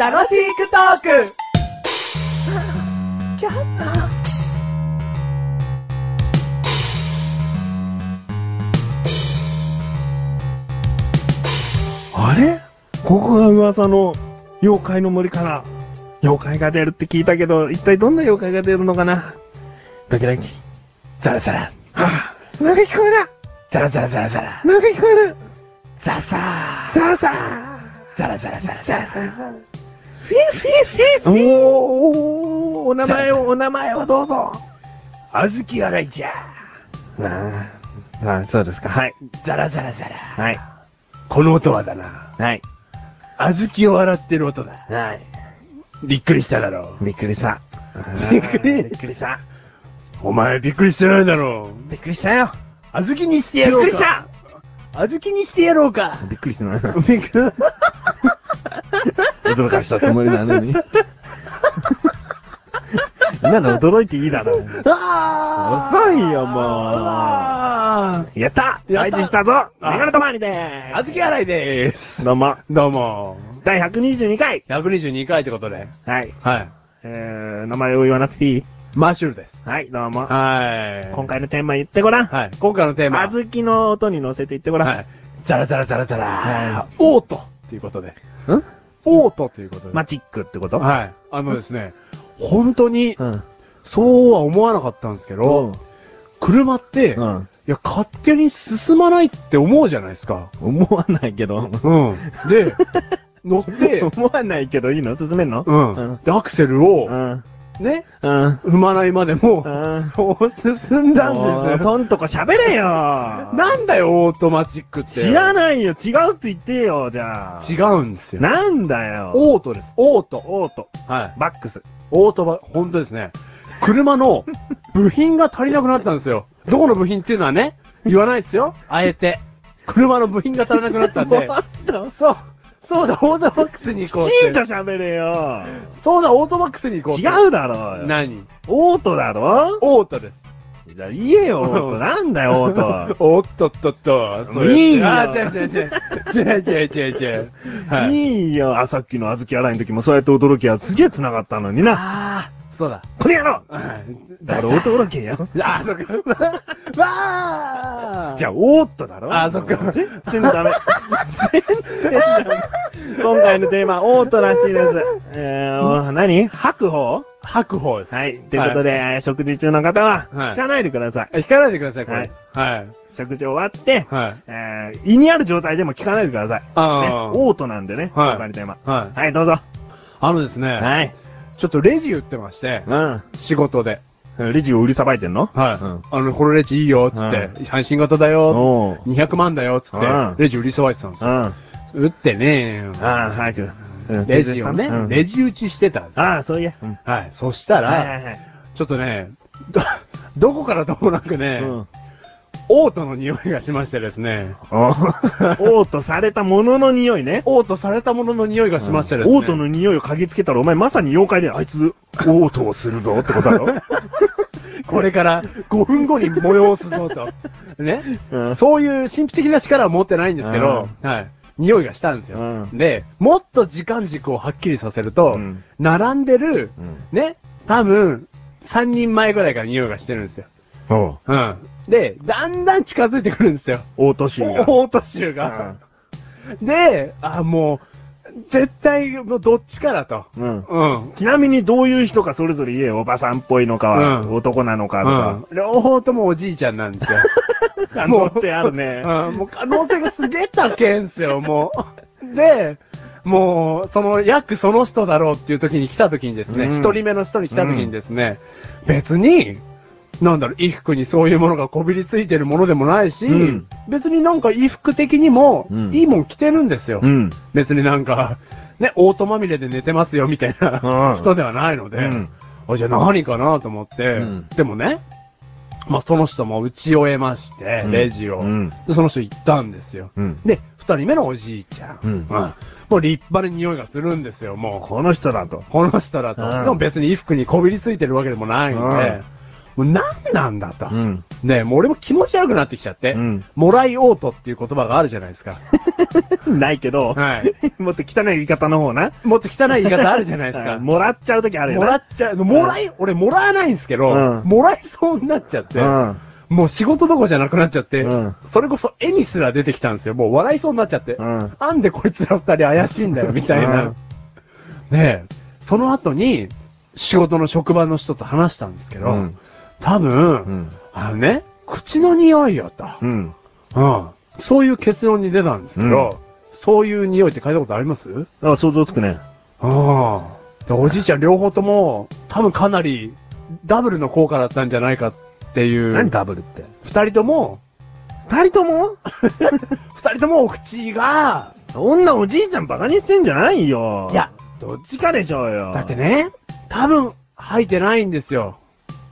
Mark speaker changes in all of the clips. Speaker 1: 楽しくトーク
Speaker 2: あれここが噂の妖怪の森から妖怪が出るって聞いたけど、一体どんな妖怪が出るのかなドキドキ。ザラザラ。ああ、なんか聞こえるザラザラザラザラ。なんか聞こえるザサー。ザサー。ザラザラザラザラ。
Speaker 1: フィフィフィ
Speaker 2: おーおーおーお名前を、お名前をどうぞ。あずき洗いじゃ。ああ、ああそうですか。はい。
Speaker 3: ザラザラザラ。
Speaker 2: はい。
Speaker 3: この音はだな。
Speaker 2: はい。
Speaker 3: 小豆を洗ってる音だ。
Speaker 2: はい。
Speaker 3: びっくりしただろう。
Speaker 2: びっくりした。
Speaker 3: びっくり
Speaker 2: びっくりした。
Speaker 3: お前びっくりしてないだろう。
Speaker 2: びっくりしたよ。
Speaker 3: 小豆にしてやろうか。
Speaker 2: びっくりした
Speaker 3: 小豆にしてやろうか。
Speaker 2: びっくりした
Speaker 3: び
Speaker 2: な。
Speaker 3: っくり
Speaker 2: 驚かしたつもりなのに。今の驚いていいだろ。
Speaker 3: あー
Speaker 2: 遅いよもう
Speaker 3: あ
Speaker 2: やった
Speaker 3: やった
Speaker 2: 退治したぞメガネとまりで
Speaker 3: ーあずき洗いでーす。
Speaker 2: すどうも、
Speaker 3: どうも。
Speaker 2: 第122回
Speaker 3: 122回ってことで。
Speaker 2: はい。
Speaker 3: はい。
Speaker 2: えー、名前を言わなくていい
Speaker 3: マッシュルです。
Speaker 2: はい、どうも。
Speaker 3: はい。
Speaker 2: 今。回のテーマ言ってごらん。
Speaker 3: はい。今回のテーマ。
Speaker 2: あずきの音に乗せて言ってごらん。
Speaker 3: はい。ザラザラザラザ
Speaker 2: は
Speaker 3: ラ。オートということで。
Speaker 2: ん
Speaker 3: オートということで。
Speaker 2: マチックってこと
Speaker 3: はい。あのですね、本当に、
Speaker 2: うん。
Speaker 3: そうは思わなかったんですけ
Speaker 2: う
Speaker 3: ど、車って、い
Speaker 2: ん。
Speaker 3: や、勝手に進まないって思うじゃないですか。
Speaker 2: 思わないけど。
Speaker 3: うん。 で、乗って、
Speaker 2: 思わないけどいいの進めんの
Speaker 3: うん
Speaker 2: うん。
Speaker 3: で、アクセルを
Speaker 2: う、ん。
Speaker 3: ね、
Speaker 2: うん。
Speaker 3: 踏まないまで
Speaker 2: う
Speaker 3: も、
Speaker 2: ん。
Speaker 3: こう進んだんですよ。
Speaker 2: とんとこ喋れよ
Speaker 3: なんだよ、オートマチックって。
Speaker 2: 知らないよ違うって言ってよ、じゃあ。
Speaker 3: 違うんですよ。
Speaker 2: なんだよ
Speaker 3: オートです。オート。
Speaker 2: オート、
Speaker 3: はい。
Speaker 2: バックス。
Speaker 3: オートバ、本当ですね。車の部品が足りなくなったんですよ。どこの部品っていうのはね、言わないですよ。あえて。車の部品が足りなくなったん で。
Speaker 2: と、
Speaker 3: そう、そうだ、オートバックスに行こう
Speaker 2: きち
Speaker 3: っ
Speaker 2: んと
Speaker 3: て。
Speaker 2: 喋れよ
Speaker 3: そうだ、オートバックスに行こうって。
Speaker 2: 違うだろうよ
Speaker 3: 何
Speaker 2: オートだろ
Speaker 3: オートです。
Speaker 2: じゃあ言えよ、オート。なんだよ、オート。
Speaker 3: おっとっとっと。それ
Speaker 2: いいよ
Speaker 3: あー、違う違う違う。違う違う違う違う。はい。
Speaker 2: いいよ。あ、さっきの小豆洗いの時もそうやって驚きはすげえ繋がったのにな。
Speaker 3: ああ、そうだ。
Speaker 2: これやろうだ
Speaker 3: だ
Speaker 2: ろ、驚きよ。
Speaker 3: あー、そっか。わあ
Speaker 2: じゃあ、オートだろ
Speaker 3: あそっか
Speaker 2: 全然ダメ。全然ダメ。今回のテーマ、オートらしいです。えー、お何白鵬
Speaker 3: 白鵬です。
Speaker 2: はい。ということで、えー食事中の方は、
Speaker 3: はい
Speaker 2: 聞かないでください。
Speaker 3: 引かないでください、こ
Speaker 2: はい
Speaker 3: れ。はい。
Speaker 2: 食事終わって、
Speaker 3: はい。
Speaker 2: えー、胃にある状態でも聞かないでください。ね、
Speaker 3: あー
Speaker 2: オートなんでね、
Speaker 3: はい
Speaker 2: 今回のテーマ。
Speaker 3: はい。
Speaker 2: はい、どうぞ。
Speaker 3: あのですね、
Speaker 2: はい。
Speaker 3: ちょっとレジ売ってまして、
Speaker 2: う
Speaker 3: 仕事で。
Speaker 2: ん。レジを売りさばいてんの
Speaker 3: はい。
Speaker 2: うん
Speaker 3: あの、このレジいいよ、つって、最新型だよ、
Speaker 2: おう。
Speaker 3: 200万だよ、つって
Speaker 2: うん、
Speaker 3: レジ売りさばいてたんです
Speaker 2: う
Speaker 3: よ。
Speaker 2: ん。あ
Speaker 3: 売ってねえよ。
Speaker 2: あ、早く。うん
Speaker 3: レジをね、
Speaker 2: うん
Speaker 3: レジ打ちしてたんです。
Speaker 2: ああ、そういや。うん。
Speaker 3: はい。そした
Speaker 2: はいは
Speaker 3: ら、
Speaker 2: いはい。
Speaker 3: ちょっとね、ど、どこからともなくね
Speaker 2: う、ん。
Speaker 3: オートの匂いがしましてですね、
Speaker 2: お オートされたものの匂いね。
Speaker 3: オートされたものの匂いがしましてですね、
Speaker 2: オートの匂いを嗅ぎつけたら、お前まさに妖怪で、あいつ、オートをするぞってことだろ
Speaker 3: これから5分後に催すぞと。ね。
Speaker 2: うん
Speaker 3: そういう神秘的な力は持ってないんですけど、はい。匂いがしたんですよ
Speaker 2: う。ん
Speaker 3: で、もっと時間軸をはっきりさせると
Speaker 2: うん、
Speaker 3: 並んでる、
Speaker 2: うん。
Speaker 3: ね、多分、3人前ぐらいから匂いがしてるんですよ。
Speaker 2: おう
Speaker 3: うん。で、だんだん近づいてくるんですよ。
Speaker 2: オートシーンが。
Speaker 3: オート臭が。で、あ、もう、絶対、もうどっちからと。
Speaker 2: うんうん
Speaker 3: うん。
Speaker 2: ちなみにどういう人かそれぞれ言えよ。おばさんっぽいのか、
Speaker 3: うん
Speaker 2: 男なのかと
Speaker 3: う
Speaker 2: か
Speaker 3: ん。。両方ともおじいちゃんなんですよ。
Speaker 2: 可能性あるね。
Speaker 3: うん、もう可能性がすげえ高えんすよ、もう。で、もう、その、約その人だろうっていう時に来た時にですね、
Speaker 2: うん
Speaker 3: 一、人目の人に来た時にですね、別に、なんだろう、衣服にそういうものがこびりついてるものでもないし、
Speaker 2: うん
Speaker 3: 別になんか衣服的にも
Speaker 2: う、ん
Speaker 3: いいもん着てるんですよ。
Speaker 2: うん。
Speaker 3: 別になんか、 ね、オートまみれで寝てますよ、みたい
Speaker 2: うん
Speaker 3: な人ではないので、
Speaker 2: うん
Speaker 3: あ、じゃあ何かなと思って、
Speaker 2: ん
Speaker 3: でもね、まあ、その人も打ち終えまして、
Speaker 2: うん
Speaker 3: レジを、
Speaker 2: うん
Speaker 3: でその人行ったんですよ。
Speaker 2: うん。
Speaker 3: で、二人目のおじいちゃん。
Speaker 2: うん
Speaker 3: もう立派な匂いがするんですよ、もう。
Speaker 2: この人だと。
Speaker 3: この人だと。
Speaker 2: うん
Speaker 3: でも別に衣服にこびりついてるわけでもないんで、
Speaker 2: うん
Speaker 3: もう何なんだと。
Speaker 2: うん。
Speaker 3: ねえもう俺も気持ち悪くなってきちゃって、
Speaker 2: うん
Speaker 3: もらいオートっていう言葉があるじゃないです か。
Speaker 2: ないけど、
Speaker 3: はい。
Speaker 2: もっと汚い言い方の方な。
Speaker 3: もっと汚い言い方あるじゃないです
Speaker 2: は
Speaker 3: か。
Speaker 2: いもらっちゃうときあるよ
Speaker 3: も
Speaker 2: な。
Speaker 3: らっちゃう、もらい、俺もらわないんですけど、
Speaker 2: うん
Speaker 3: もらいそうになっちゃって、
Speaker 2: うん。
Speaker 3: もう仕事どころじゃなくなっちゃって、
Speaker 2: うん
Speaker 3: それこそ絵にすら出てきたんですよ。もう笑いそうになっちゃって、
Speaker 2: うん
Speaker 3: なんでこいつら二人怪しいんだよ、みたいな。
Speaker 2: うん
Speaker 3: ねえ、その後に、仕事の職場の人と話したんですけど、
Speaker 2: うん
Speaker 3: 多分、
Speaker 2: うん
Speaker 3: あのね、口の匂いやと。
Speaker 2: うん。
Speaker 3: うん。そういう結論に出たんですけど、そういう匂いって嗅いだことありますうん。
Speaker 2: あ、想像つくね。
Speaker 3: でおじいちゃん両方とも、多分かなり、ダブルの効果だったんじゃないかっていう。
Speaker 2: 何ダブルって。
Speaker 3: 二人とも、
Speaker 2: 二人とも
Speaker 3: 二人ともお口が、
Speaker 2: そんなおじいちゃんバカにしてんじゃないよ。
Speaker 3: いや、
Speaker 2: どっちかでしょうよ。
Speaker 3: だって。ね、多分吐いてないんですよ。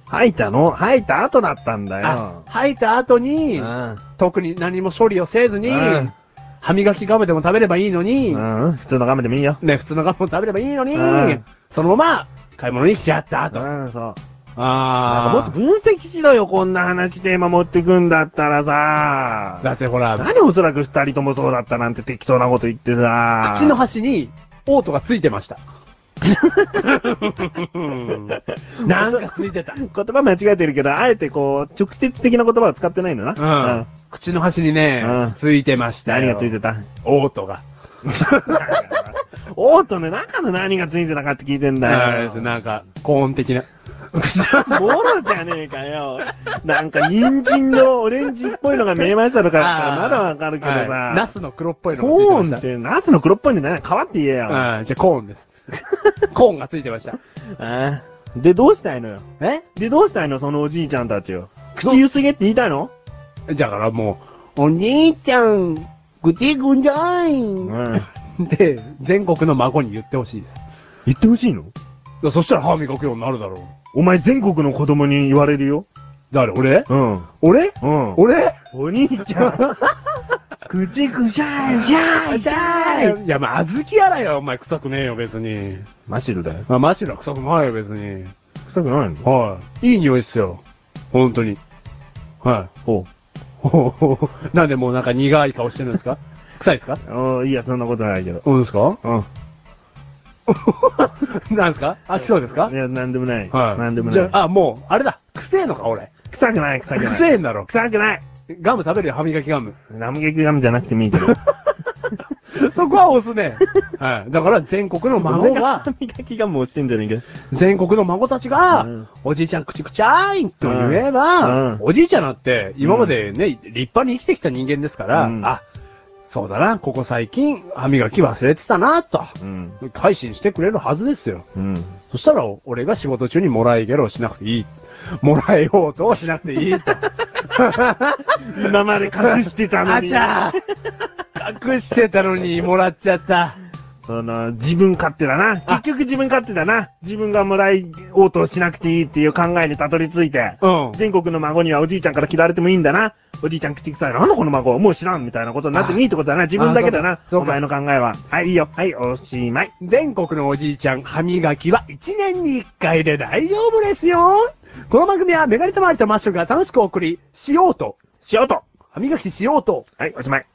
Speaker 2: 吐いたの吐いた後だったんだ
Speaker 3: あ
Speaker 2: よ。
Speaker 3: 吐いた後
Speaker 2: う
Speaker 3: に、
Speaker 2: ん。
Speaker 3: 特に何も処理をせずに
Speaker 2: うん、
Speaker 3: 歯磨きガムでも食べればいいのに、
Speaker 2: うん。普通のガムでもいいよ。
Speaker 3: ね、普通のガムも食べればいいのに
Speaker 2: うん、
Speaker 3: そのまま買い物に来ちゃった
Speaker 2: う
Speaker 3: と。
Speaker 2: ん、そう。
Speaker 3: あ
Speaker 2: もっと分析しろよ、こんな話テーマ持ってくんだったらさ。
Speaker 3: だってほら、
Speaker 2: 何おそらく二人ともそうだったなんて適当なこと言ってさ。
Speaker 3: 口の端に、オートがついてま した。なんかついてた。
Speaker 2: 言葉間違えてるけど、あえてこう、直接的な言葉は使ってないのな。
Speaker 3: うん。口の端にね、
Speaker 2: うん
Speaker 3: ついてました
Speaker 2: 何
Speaker 3: よ。
Speaker 2: がついてた
Speaker 3: オートが。
Speaker 2: オートの中の何がついてたかって聞いてん
Speaker 3: あ
Speaker 2: だ
Speaker 3: れ
Speaker 2: よ
Speaker 3: です。なんか、コーン的な。
Speaker 2: ボロじゃねえかよ。なんか、人参のオレンジっぽいのが見えましたとかだったらまだわかるけど
Speaker 3: はいナ
Speaker 2: さ。
Speaker 3: スの黒っぽいのがついて
Speaker 2: コ
Speaker 3: まし
Speaker 2: ーン
Speaker 3: た。
Speaker 2: って、ナスの黒っぽいんじゃない皮って言えよ。あ
Speaker 3: うん、じゃあコーン です。コーンがついてました。
Speaker 2: あで、どうしたいのよ。
Speaker 3: え
Speaker 2: で、どうしたいのそのおじいちゃんたちを。口ゆすげって言いたいの
Speaker 3: だからもう、お兄ちゃん、口ぐんじゃいん。
Speaker 2: ん。
Speaker 3: で、全国の孫に言ってほしいです。
Speaker 2: 言ってほしいの
Speaker 3: いやそしたら歯磨くようになるだろう。
Speaker 2: お前全国の子供に言われるよ。
Speaker 3: 誰俺
Speaker 2: うん。うん。
Speaker 3: 俺俺
Speaker 2: お兄ちゃん。口くしゃいしゃいしゃい。
Speaker 3: いや、まあ、小豆やらよ、お前臭くねえよ、別に。
Speaker 2: マシルだよ。
Speaker 3: まあ、マシュラ臭くないよ、別に。
Speaker 2: 臭くないの
Speaker 3: はい。いい匂いっすよ。本当に。はい。
Speaker 2: ほ
Speaker 3: ほうほうほうなんでもうなんか苦い顔してるんですか臭いですか
Speaker 2: う。うん、いいや、そんなことないけど。
Speaker 3: そうですか
Speaker 2: うん。
Speaker 3: なんですか飽きそうですか
Speaker 2: いや、なんでもない。
Speaker 3: はい。
Speaker 2: なんでも
Speaker 3: じ
Speaker 2: な
Speaker 3: ゃ
Speaker 2: い。
Speaker 3: あ、あもう、あれだ。臭えのか、俺。
Speaker 2: 臭くない、臭くない。
Speaker 3: 臭えんだろ。
Speaker 2: 臭くない。
Speaker 3: ガム食べるよ、歯磨きガム。
Speaker 2: ラムゲキガムじゃなくてもいいけど。
Speaker 3: そこは押すね。はい。だから、全国の孫が
Speaker 2: ラ、ムゲキガム押してんじゃねえか。
Speaker 3: 全国の孫たちが、
Speaker 2: うん
Speaker 3: おじいちゃん口くちゃーいと言えば、
Speaker 2: うん
Speaker 3: おじいちゃんだって、今までね、立派に生きてきた人間ですから、
Speaker 2: うん
Speaker 3: あ、そうだな、ここ最近、歯磨き忘れてたな、と。
Speaker 2: うん。
Speaker 3: 改心してくれるはずですよ。
Speaker 2: うん。
Speaker 3: そしたら、俺が仕事中にもらいゲロをしなくていい。もらいようとしなくていい と。
Speaker 2: 今まで隠してたの
Speaker 3: あ
Speaker 2: に。
Speaker 3: ちゃー隠してたのに、もらっちゃった。
Speaker 2: その、自分勝手だな。結局自分勝手だな。自分がもらい応答しなくていいっていう考えにたどり着いて。
Speaker 3: うん。
Speaker 2: 全国の孫にはおじいちゃんから嫌われてもいいんだな。おじいちゃん口臭い。なんだこの孫もう知らんみたいなことになってもいいってことだな。自分だけだ
Speaker 3: あ
Speaker 2: な。
Speaker 3: そうかそうか
Speaker 2: お前の考えは。はい、いいよ。はい、おしまい。
Speaker 3: 全国のおじいちゃん歯磨きは1年に1回で大丈夫ですよこの番組はメガネたまわりとマッシュルが楽しくお送り、しようと、
Speaker 2: しようと。
Speaker 3: 歯磨きしようと、
Speaker 2: はい、おしまい。